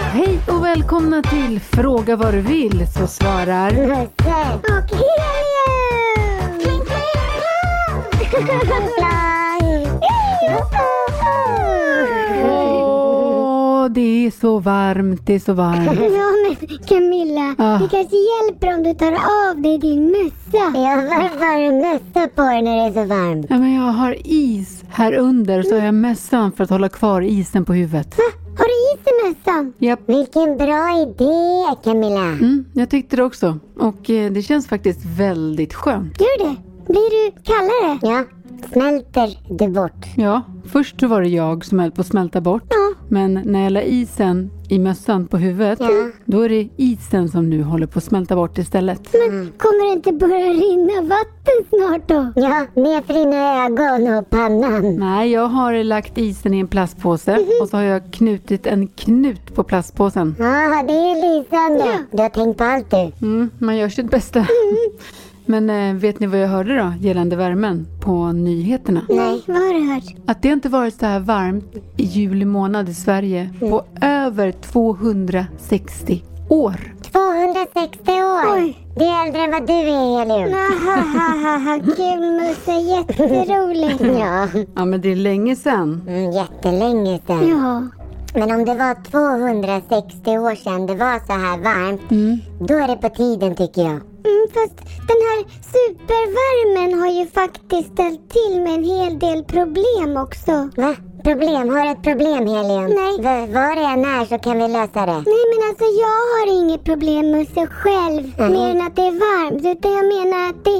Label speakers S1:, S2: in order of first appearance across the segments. S1: Hej och välkomna till Fråga vad du vill så svarar
S2: Och helium! Kling, kling,
S1: Åh, det är så varmt, det är så varmt.
S2: Ja men Camilla,
S1: Ah.
S2: det kanske hjälper om du tar av dig din mössa. Ja, varför har du mössa på dig när det är så varmt?
S1: Ja, men jag har is här under så har jag mössan för att hålla kvar isen på huvudet.
S2: Har du is i mössan?
S1: Japp,
S2: Vilken bra idé Camilla.
S1: mm, jag tyckte det också. Och eh, det känns faktiskt väldigt skönt.
S2: Gör det. Blir du kallare? Ja, smälter du bort.
S1: Ja, först så var det jag som höll på att smälta bort.
S2: Ja.
S1: Men när jag la isen i mössan på huvudet,
S2: Ja.
S1: då är det isen som nu håller på att smälta bort istället.
S3: Mm.
S2: Men kommer det inte börja rinna vatten snart då? Ja, ner för dina ögon och pannan.
S1: Nej, jag har lagt isen i en plastpåse och så har jag knutit en knut på plastpåsen.
S2: Ja, det är lysande. Du har tänkt på allt du.
S1: Mm, man gör sitt bästa. Men eh, vet ni vad jag hörde då gällande värmen på nyheterna?
S2: Nej, vad har du hört?
S1: Att det inte varit så här varmt i juli månad i Sverige på över 260 år.
S2: 260 år. Det är äldre än vad du är, Helium. Hahaha, kul Musse. Jätteroligt. ja,
S1: Ja, men det är länge sedan.
S3: Mm, jättelänge sedan.
S2: ja.
S3: Men om det var 260 år sedan det var så här varmt, då är det på tiden tycker jag.
S2: Mm, fast den här supervärmen har ju faktiskt ställt till med en hel del problem också.
S3: Va? Problem? Har du ett problem Helium?
S2: Nej.
S3: V- var det än är så kan vi lösa det.
S2: Nej men alltså jag har inget problem Musse själv mer än att det är varmt. Utan jag menar att det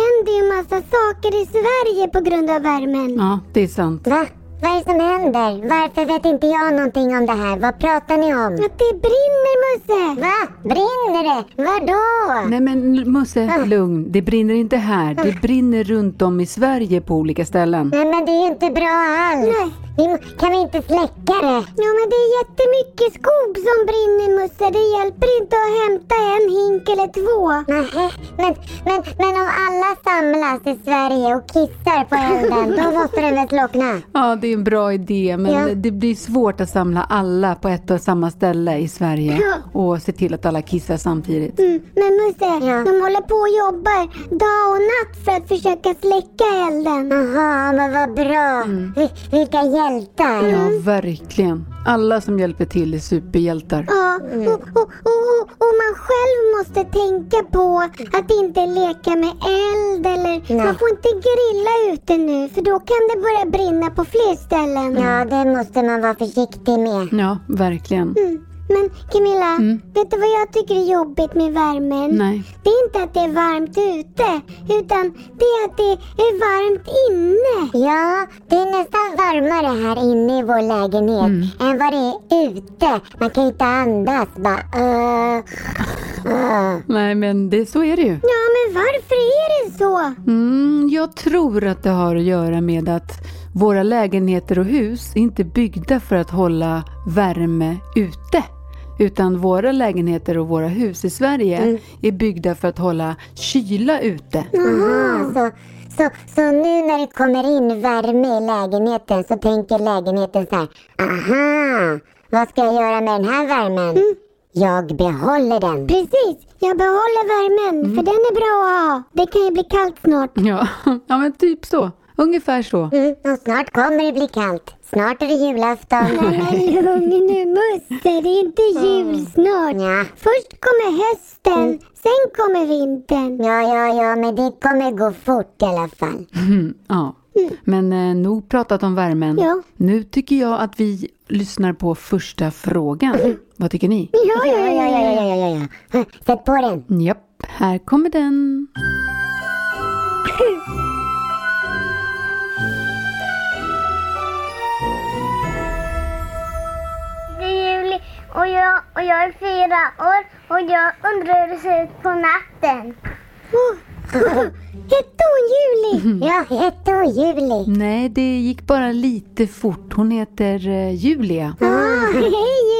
S2: händer ju massa saker i Sverige på grund av värmen.
S1: Ja, det är sant.
S3: Va? Vad är det som händer? Varför vet inte jag någonting om det här? Vad pratar ni om?
S2: Att det brinner Musse!
S3: Va? Brinner det? Vadå?
S1: Nej men L- Musse, lugn. Det brinner inte här. Det brinner runt om i Sverige på olika ställen.
S3: Nej men det är ju inte bra alls.
S2: Nej.
S3: Vi, må- kan vi inte släcka det?
S2: Ja men det är jättemycket skog som brinner Musse. Det hjälper inte att hämta en hink eller två.
S3: Nähä, Men, men, men om alla samlas i Sverige och kissar på elden, då måste den väl slockna?
S1: Ja, det är en bra idé, men
S3: Ja.
S1: det blir svårt att samla alla på ett och samma ställe i Sverige
S2: Ja.
S1: och se till att alla kissar samtidigt.
S2: Mm, men Musse,
S3: Ja.
S2: de håller på och jobbar dag och natt för att försöka släcka elden.
S3: Jaha, men vad bra. Vi- Vilka hjältar.
S1: Ja, verkligen. Alla som hjälper till är superhjältar.
S2: Ja,
S3: Mm.
S2: och, och, och, och man själv måste tänka på att inte leka med eld eller
S3: Nej.
S2: man får inte grilla ute nu för då kan det börja brinna på fler ställen.
S3: Ja, det måste man vara försiktig med.
S1: Ja, verkligen.
S2: Mm. Men Camilla, vet du vad jag tycker är jobbigt med värmen?
S1: Nej.
S2: Det är inte att det är varmt ute utan det är att det är varmt inne.
S3: Ja, det är nästan varmare här inne i vår lägenhet
S2: Mm.
S3: än vad det är ute. Man kan ju inte andas bara. Uh, uh.
S1: Nej, men det, så är det ju.
S2: Ja, men varför är det så?
S1: Mm, jag tror att det har att göra med att våra lägenheter och hus är inte byggda för att hålla värme ute. Utan våra lägenheter och våra hus i Sverige
S2: Mm.
S1: är byggda för att hålla kyla ute.
S3: Aha, så, så, så nu när det kommer in värme i lägenheten så tänker lägenheten så här. Aha, vad ska jag göra med den här värmen?
S2: Mm.
S3: Jag behåller den.
S2: Precis, jag behåller värmen för den är bra att ha. Det kan ju bli kallt snart.
S1: Ja, ja men typ så. Ungefär så.
S3: Mm, och snart kommer det bli kallt. Snart är det julafton.
S2: Nej men lugn nu Musse, det är inte jul snart.
S3: Ja.
S2: Först kommer hösten, sen kommer vintern.
S3: Ja, ja, ja, men det kommer gå fort i alla fall.
S1: Mm, ja. Men eh, nog pratat om värmen.
S2: Ja.
S1: Nu tycker jag att vi lyssnar på första frågan. Vad tycker ni?
S2: Ja, ja, ja, ja.
S3: ja, ja, ja, ja. Sätt på den.
S1: Japp, här kommer den.
S4: Det är juli och jag, och jag är fyra år och jag undrar hur det ser ut på natten.
S2: Hette hon Juli?
S3: Ja, hette hon Juli?
S1: Nej, det gick bara lite fort. Hon heter eh, Julia.
S2: Ah, hej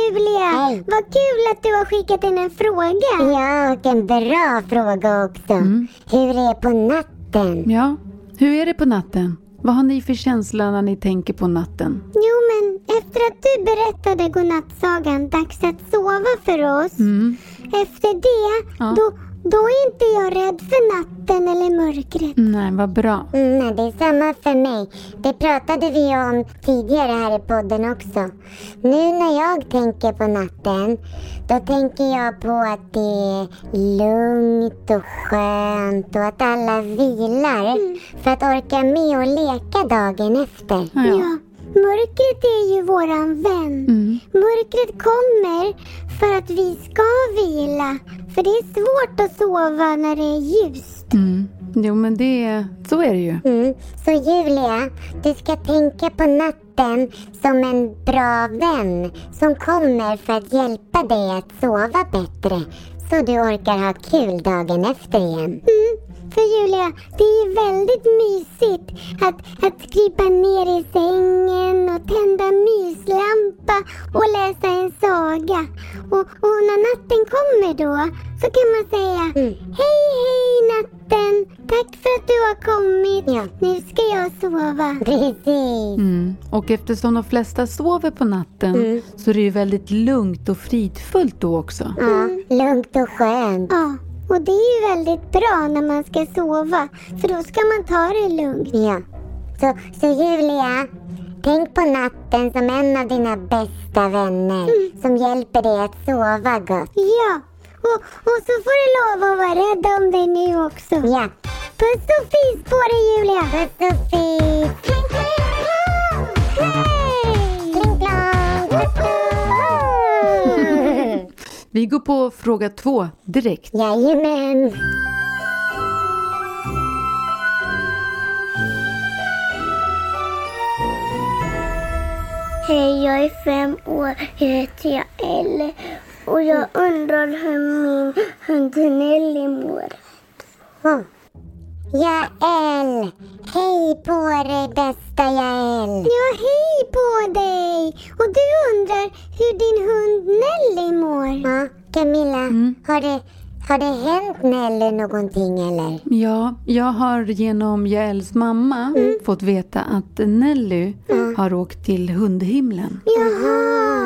S2: Julia!
S3: Hej.
S2: Vad kul att du har skickat in en fråga.
S3: Ja, och en bra fråga också. Hur är det på natten?
S1: Ja, hur är det på natten? Vad har ni för känsla när ni tänker på natten?
S2: Jo, men efter att du berättade godnattsagan Dags att sova för oss.
S1: Mm.
S2: Efter det,
S1: Ja.
S2: då, då är inte jag rädd för natten eller mörkret.
S1: Nej, vad bra.
S3: Mm, nej, det är samma för mig. Det pratade vi ju om tidigare här i podden också. Nu när jag tänker på natten, då tänker jag på att det är lugnt och skönt och att alla vilar för att orka med och leka dagen efter.
S1: Ja, ja.
S2: Ja, mörkret är ju våran vän.
S1: Mm.
S2: Mörkret kommer för att vi ska vila. För det är svårt att sova när det är ljust.
S1: Mm. Jo, men det, så är det ju.
S3: Mm. Så Julia, du ska tänka på natten som en bra vän som kommer för att hjälpa dig att sova bättre så du orkar ha kul dagen efter igen.
S2: Mm. För Julia, det är väldigt mysigt att, att krypa ner i sängen och tända myslampa och läsa en saga. Och, och när natten kommer då så kan man säga
S3: Mm.
S2: Hej hej natten! Tack för att du har kommit.
S3: Ja.
S2: Nu ska jag sova.
S3: Precis.
S1: Mm. Och eftersom de flesta sover på natten så är det ju väldigt lugnt och fridfullt då också.
S3: Ja, Mm. lugnt och skönt.
S2: Ja, och det är ju väldigt bra när man ska sova. För då ska man ta det lugnt.
S3: Ja. Så, så Julia, tänk på natten som en av dina bästa vänner som hjälper dig att sova gott.
S2: Ja, och, och så får du lov att vara rädd om dig nu också.
S3: Ja.
S2: Puss och fis på dig Julia!
S3: Puss och fis!
S2: Kling, kling, plong! Hej!
S3: Pling plong! woho!
S1: Vi går på fråga två direkt.
S3: Jajamän!
S4: Hej, jag är fem år. Jag heter jag Elle. Och jag undrar hur min hund Nelly mår.
S3: Oh. Jael! Hej på dig bästa Jael!
S2: Ja, hej på dig! Och du undrar hur din hund Nelly mår?
S3: Ja, Camilla, har, det, har det hänt Nelly någonting eller?
S1: Ja, jag har genom Jaels mamma fått veta att Nelly har åkt till hundhimlen.
S2: Jaha!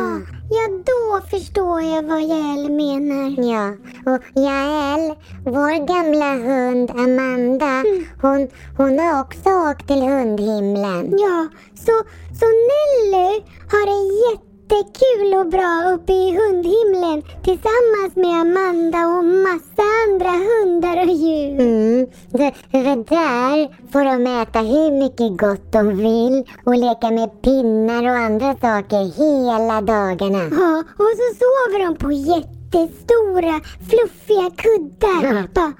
S2: Ja, då förstår jag vad Jael menar.
S3: Ja, och Jael, vår gamla hund Amanda, hon, hon har också åkt till hundhimlen.
S2: Ja, så, så Nelly har det jättekul och bra uppe i hundhimlen tillsammans med Amanda och massa andra hundar och djur.
S3: Mm, det, för där får de äta hur mycket gott de vill och leka med pinnar och andra saker hela dagarna.
S2: Ja, och så sover de på jättestora fluffiga kuddar. Bara,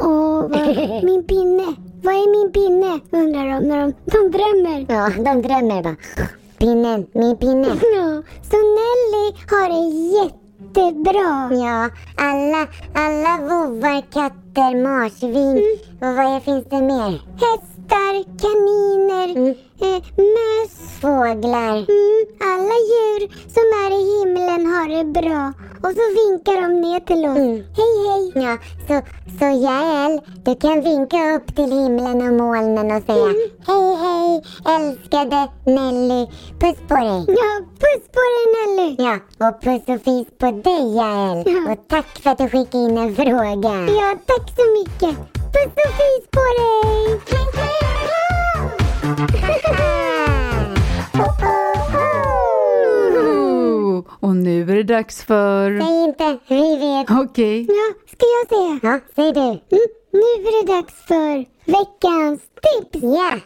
S2: Åh, vad, min pinne. Vad är min pinne? undrar de när de, de drömmer.
S3: Ja, de drömmer bara. Pinnen, min pinne.
S2: Ja, så Nelly har det jättebra.
S3: Ja, alla, alla vovvar, katter, marsvin och vad finns det mer?
S2: Hästar, kaniner,
S3: Mm.
S2: eh, möss.
S3: Fåglar.
S2: Mm, alla djur som är i himlen har det bra. Och så vinkar de ner till oss.
S3: Mm.
S2: Hej hej!
S3: Ja, så, så Jael, du kan vinka upp till himlen och molnen och säga Hej hej älskade Nelly, puss på dig.
S2: Ja, puss på dig Nelly!
S3: Ja, och puss och fis på dig Jael.
S2: Ja.
S3: Och tack för att du skickade in en fråga.
S2: Ja, tack så mycket! Puss och fis på dig! Kling, kling,
S1: Oh, Och nu är det dags för...
S3: Säg inte, vi vet.
S1: Okej,
S2: Ja, ska jag säga?
S3: Ja, säg du.
S2: Mm, nu är det dags för veckans tips!
S3: Ja,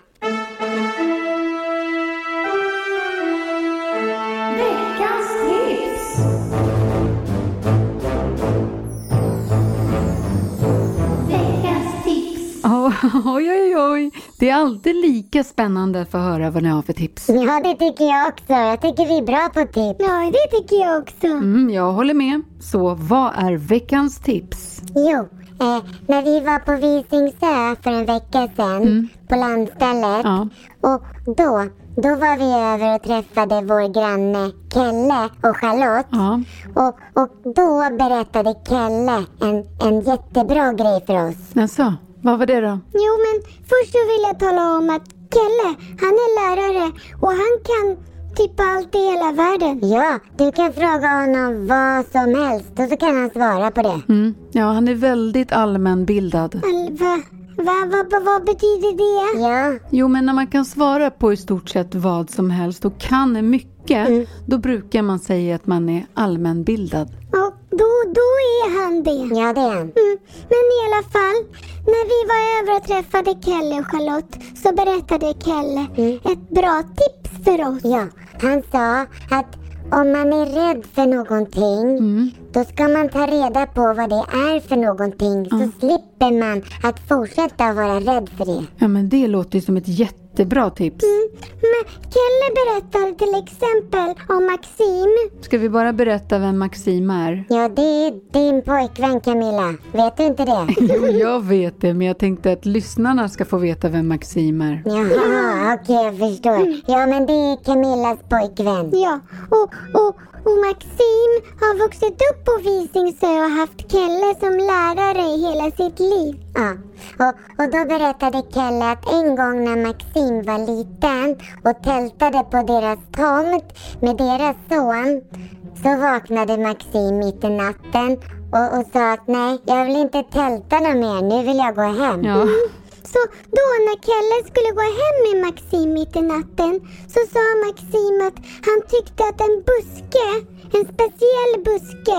S1: oh, oj oj oj. Det är alltid lika spännande att få höra vad ni har för tips.
S3: ja det tycker jag också. Jag tycker vi är bra på tips.
S2: Ja, det tycker jag också.
S1: Mm, jag håller med. Så vad är veckans tips?
S3: Jo, eh, när vi var på Visingsö för en vecka sedan
S2: Mm.
S3: på landstället
S1: Ja.
S3: Och då, då var vi över och träffade vår granne Kelle och Charlotte.
S1: Ja,
S3: Och, och då berättade Kelle en, en jättebra grej för oss.
S1: alltså, vad var det då?
S2: Jo, men först så vill jag tala om att Kelle, han är lärare och han kan typ allt i hela världen.
S3: Ja, du kan fråga honom vad som helst och så kan han svara på det.
S1: Mm. Ja, han är väldigt allmänbildad.
S2: Men va, va, va, va, vad betyder det?
S3: Ja,
S1: Jo, men när man kan svara på i stort sett vad som helst och kan mycket, då brukar man säga att man är allmänbildad.
S2: Och då, då är han det.
S3: ja det är han.
S2: Mm. Men i alla fall, när vi var över och träffade Kelle och Charlotte så berättade Kelle ett bra tips för oss.
S3: Ja, han sa att om man är rädd för någonting då ska man ta reda på vad det är för någonting så slipper man att fortsätta vara rädd för det.
S1: Ja, men det låter ju som ett jättebra tips.
S2: Mm. Men Kelle berättade till exempel om Maxim.
S1: Ska vi bara berätta vem Maxim är?
S3: Ja, det är din pojkvän Camilla. Vet du inte det?
S1: Jo, jag vet det, men jag tänkte att lyssnarna ska få veta vem Maxim är.
S3: Jaha, okej jag förstår. Ja, men det är Camillas pojkvän.
S2: Ja, och, och, och Maxim har vuxit upp på Visingsö och haft Kelle som lärare i hela sitt liv.
S3: Ja, och, och då berättade Kalle att en gång när Maxim var liten och tältade på deras tomt med deras son så vaknade Maxim mitt i natten och, och sa att nej, jag vill inte tälta något mer, nu vill jag gå hem.
S1: Ja,
S2: Så då när Kelle skulle gå hem med Maxim mitt i natten så sa Maxim att han tyckte att en buske, en speciell buske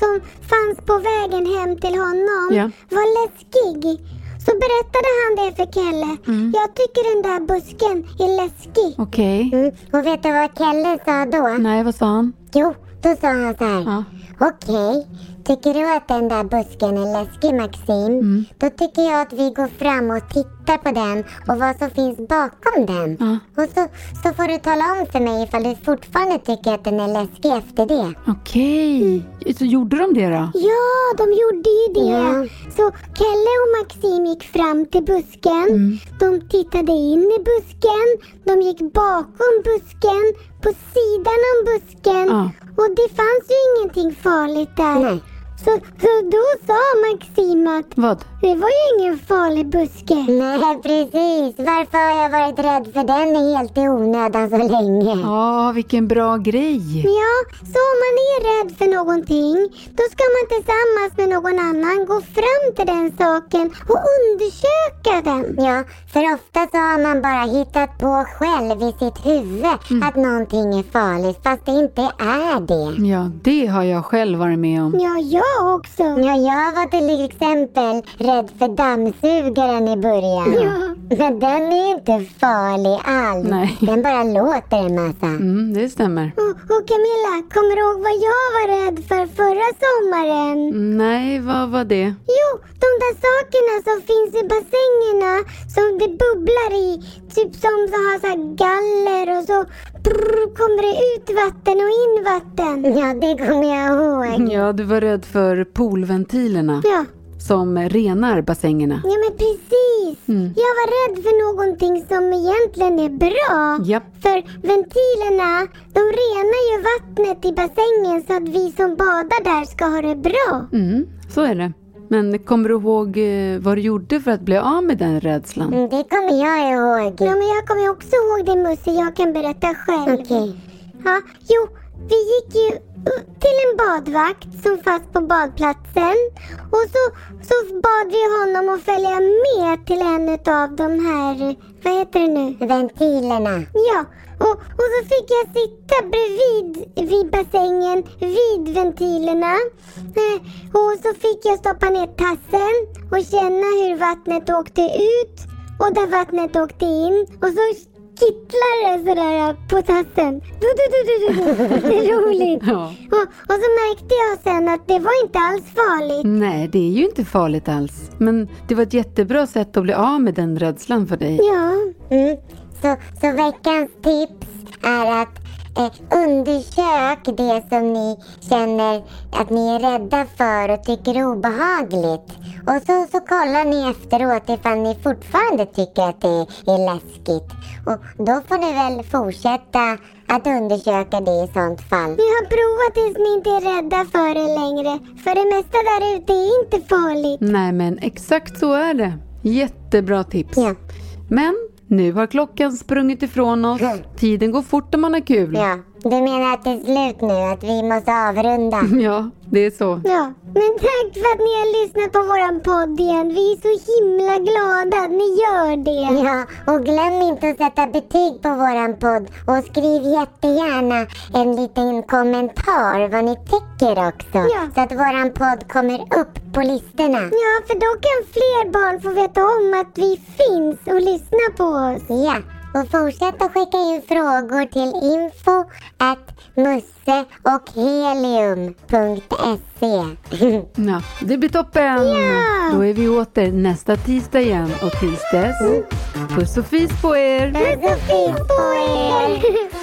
S2: som fanns på vägen hem till honom
S1: Ja.
S2: var läskig. Så berättade han det för Kelle. Jag tycker den där busken är läskig.
S1: okej.
S3: Mm. Och vet du vad Kalle sa då?
S1: Nej, vad sa han?
S3: Jo, då sa han så här.
S1: Ja.
S3: Okej, tycker du att den där busken är läskig Maxim?
S1: Mm.
S3: Då tycker jag att vi går fram och tittar på den och vad som finns bakom den.
S1: Ja.
S3: Och så, så får du tala om för mig ifall du fortfarande tycker att den är läskig efter det.
S1: Okej. Så gjorde de det då?
S2: Ja, de gjorde ju det.
S3: Ja.
S2: Så Kelle och Maxim gick fram till busken.
S3: Mm.
S2: De tittade in i busken. De gick bakom busken, på sidan om busken.
S1: Ja.
S2: Och det fanns ju ingenting farligt där.
S3: Nej.
S2: Så, så då sa Maxim att
S1: Vad?
S2: det var ju ingen farlig buske.
S3: Nej, precis. Varför har jag varit rädd för den helt i onödan så länge?
S1: Ja, vilken bra grej.
S2: Ja, så om man är rädd för någonting, då ska man tillsammans med någon annan gå fram till den saken och undersöka den.
S3: Ja, för ofta så har man bara hittat på själv i sitt huvud
S1: Mm.
S3: att någonting är farligt fast det inte är det.
S1: Ja, det har jag själv varit med om.
S2: Ja, jag också.
S3: Ja, jag var till exempel rädd för dammsugaren i början. Men den är ju inte farlig alls.
S1: Nej.
S3: Den bara låter en massa.
S1: Mm, det stämmer.
S2: Och, och Camilla, kommer du ihåg vad jag var rädd för förra sommaren?
S1: Nej, vad var det?
S2: Jo, de där sakerna som finns i bassängerna som det bubblar i. Typ som så har så här galler och så brr, kommer det ut vatten och in vatten.
S3: Ja, det kommer jag ihåg.
S1: Ja, du var rädd för poolventilerna
S2: Ja,
S1: som renar bassängerna.
S2: ja men precis.
S3: Mm.
S2: Jag var rädd för någonting som egentligen är bra.
S1: Japp.
S2: För ventilerna, de renar ju vattnet i bassängen så att vi som badar där ska ha det bra.
S1: Mm, så är det. Men kommer du ihåg eh, vad du gjorde för att bli av med den rädslan?
S3: Mm, Det kommer jag ihåg.
S2: Ja, men jag kommer också ihåg det Musse, jag kan berätta själv.
S3: Okej.
S2: Ja, jo, vi gick ju uh, till en badvakt som fanns på badplatsen. Och så, så bad vi honom att följa med till en av de här, eh, vad heter det nu?
S3: Ventilerna.
S2: Ja, och, och så fick jag sitta bredvid vid bassängen, vid ventilerna. Eh, Och så fick jag stoppa ner tassen och känna hur vattnet åkte ut och där vattnet åkte in. Och så kittlade det sådär på tassen. Du, du, du, du, du, du. Det är roligt.
S1: Ja.
S2: Och, och så märkte jag sen att det var inte alls farligt.
S1: Nej, det är ju inte farligt alls. Men det var ett jättebra sätt att bli av med den rädslan för dig.
S2: Ja.
S3: Mm. Så, så veckans tips är att eh, undersök det som ni känner att ni är rädda för och tycker är obehagligt. Och så, så kollar ni efteråt ifall ni fortfarande tycker att det är läskigt. Och då får ni väl fortsätta att undersöka det i sånt fall.
S2: Ni har provat tills ni inte är rädda för det längre. För det mesta där ute är inte farligt.
S1: Nej, men exakt så är det. Jättebra tips.
S3: Ja.
S1: Men Nu har klockan sprungit ifrån oss. Tiden går fort om man har kul.
S3: Ja, du menar att det är slut nu? Att vi måste avrunda?
S1: Ja, det är så.
S2: Ja, men tack för att ni har lyssnat på våran podd igen. Vi är så himla glada att ni gör det.
S3: Ja, och glöm inte att sätta betyg på våran podd och skriv jättegärna en liten kommentar vad ni tycker också.
S2: Ja.
S3: Så att våran podd kommer upp på listorna.
S2: Ja, för då kan fler barn få veta om att vi finns och lyssna på oss.
S3: Ja, och fortsätt att skicka in frågor till info at musse och helium.se.
S1: Ja, det blir toppen! Då är vi åter nästa tisdag igen och tills dess, puss och fis på er!
S2: Puss och fis på er!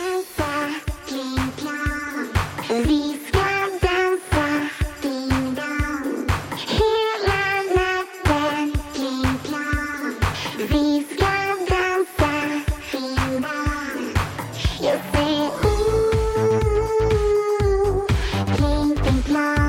S5: Vi ska dansa ding-dong hela natten ding-dong Vi ska dansa ding-dong Jag säger ooh, pling-pling-plong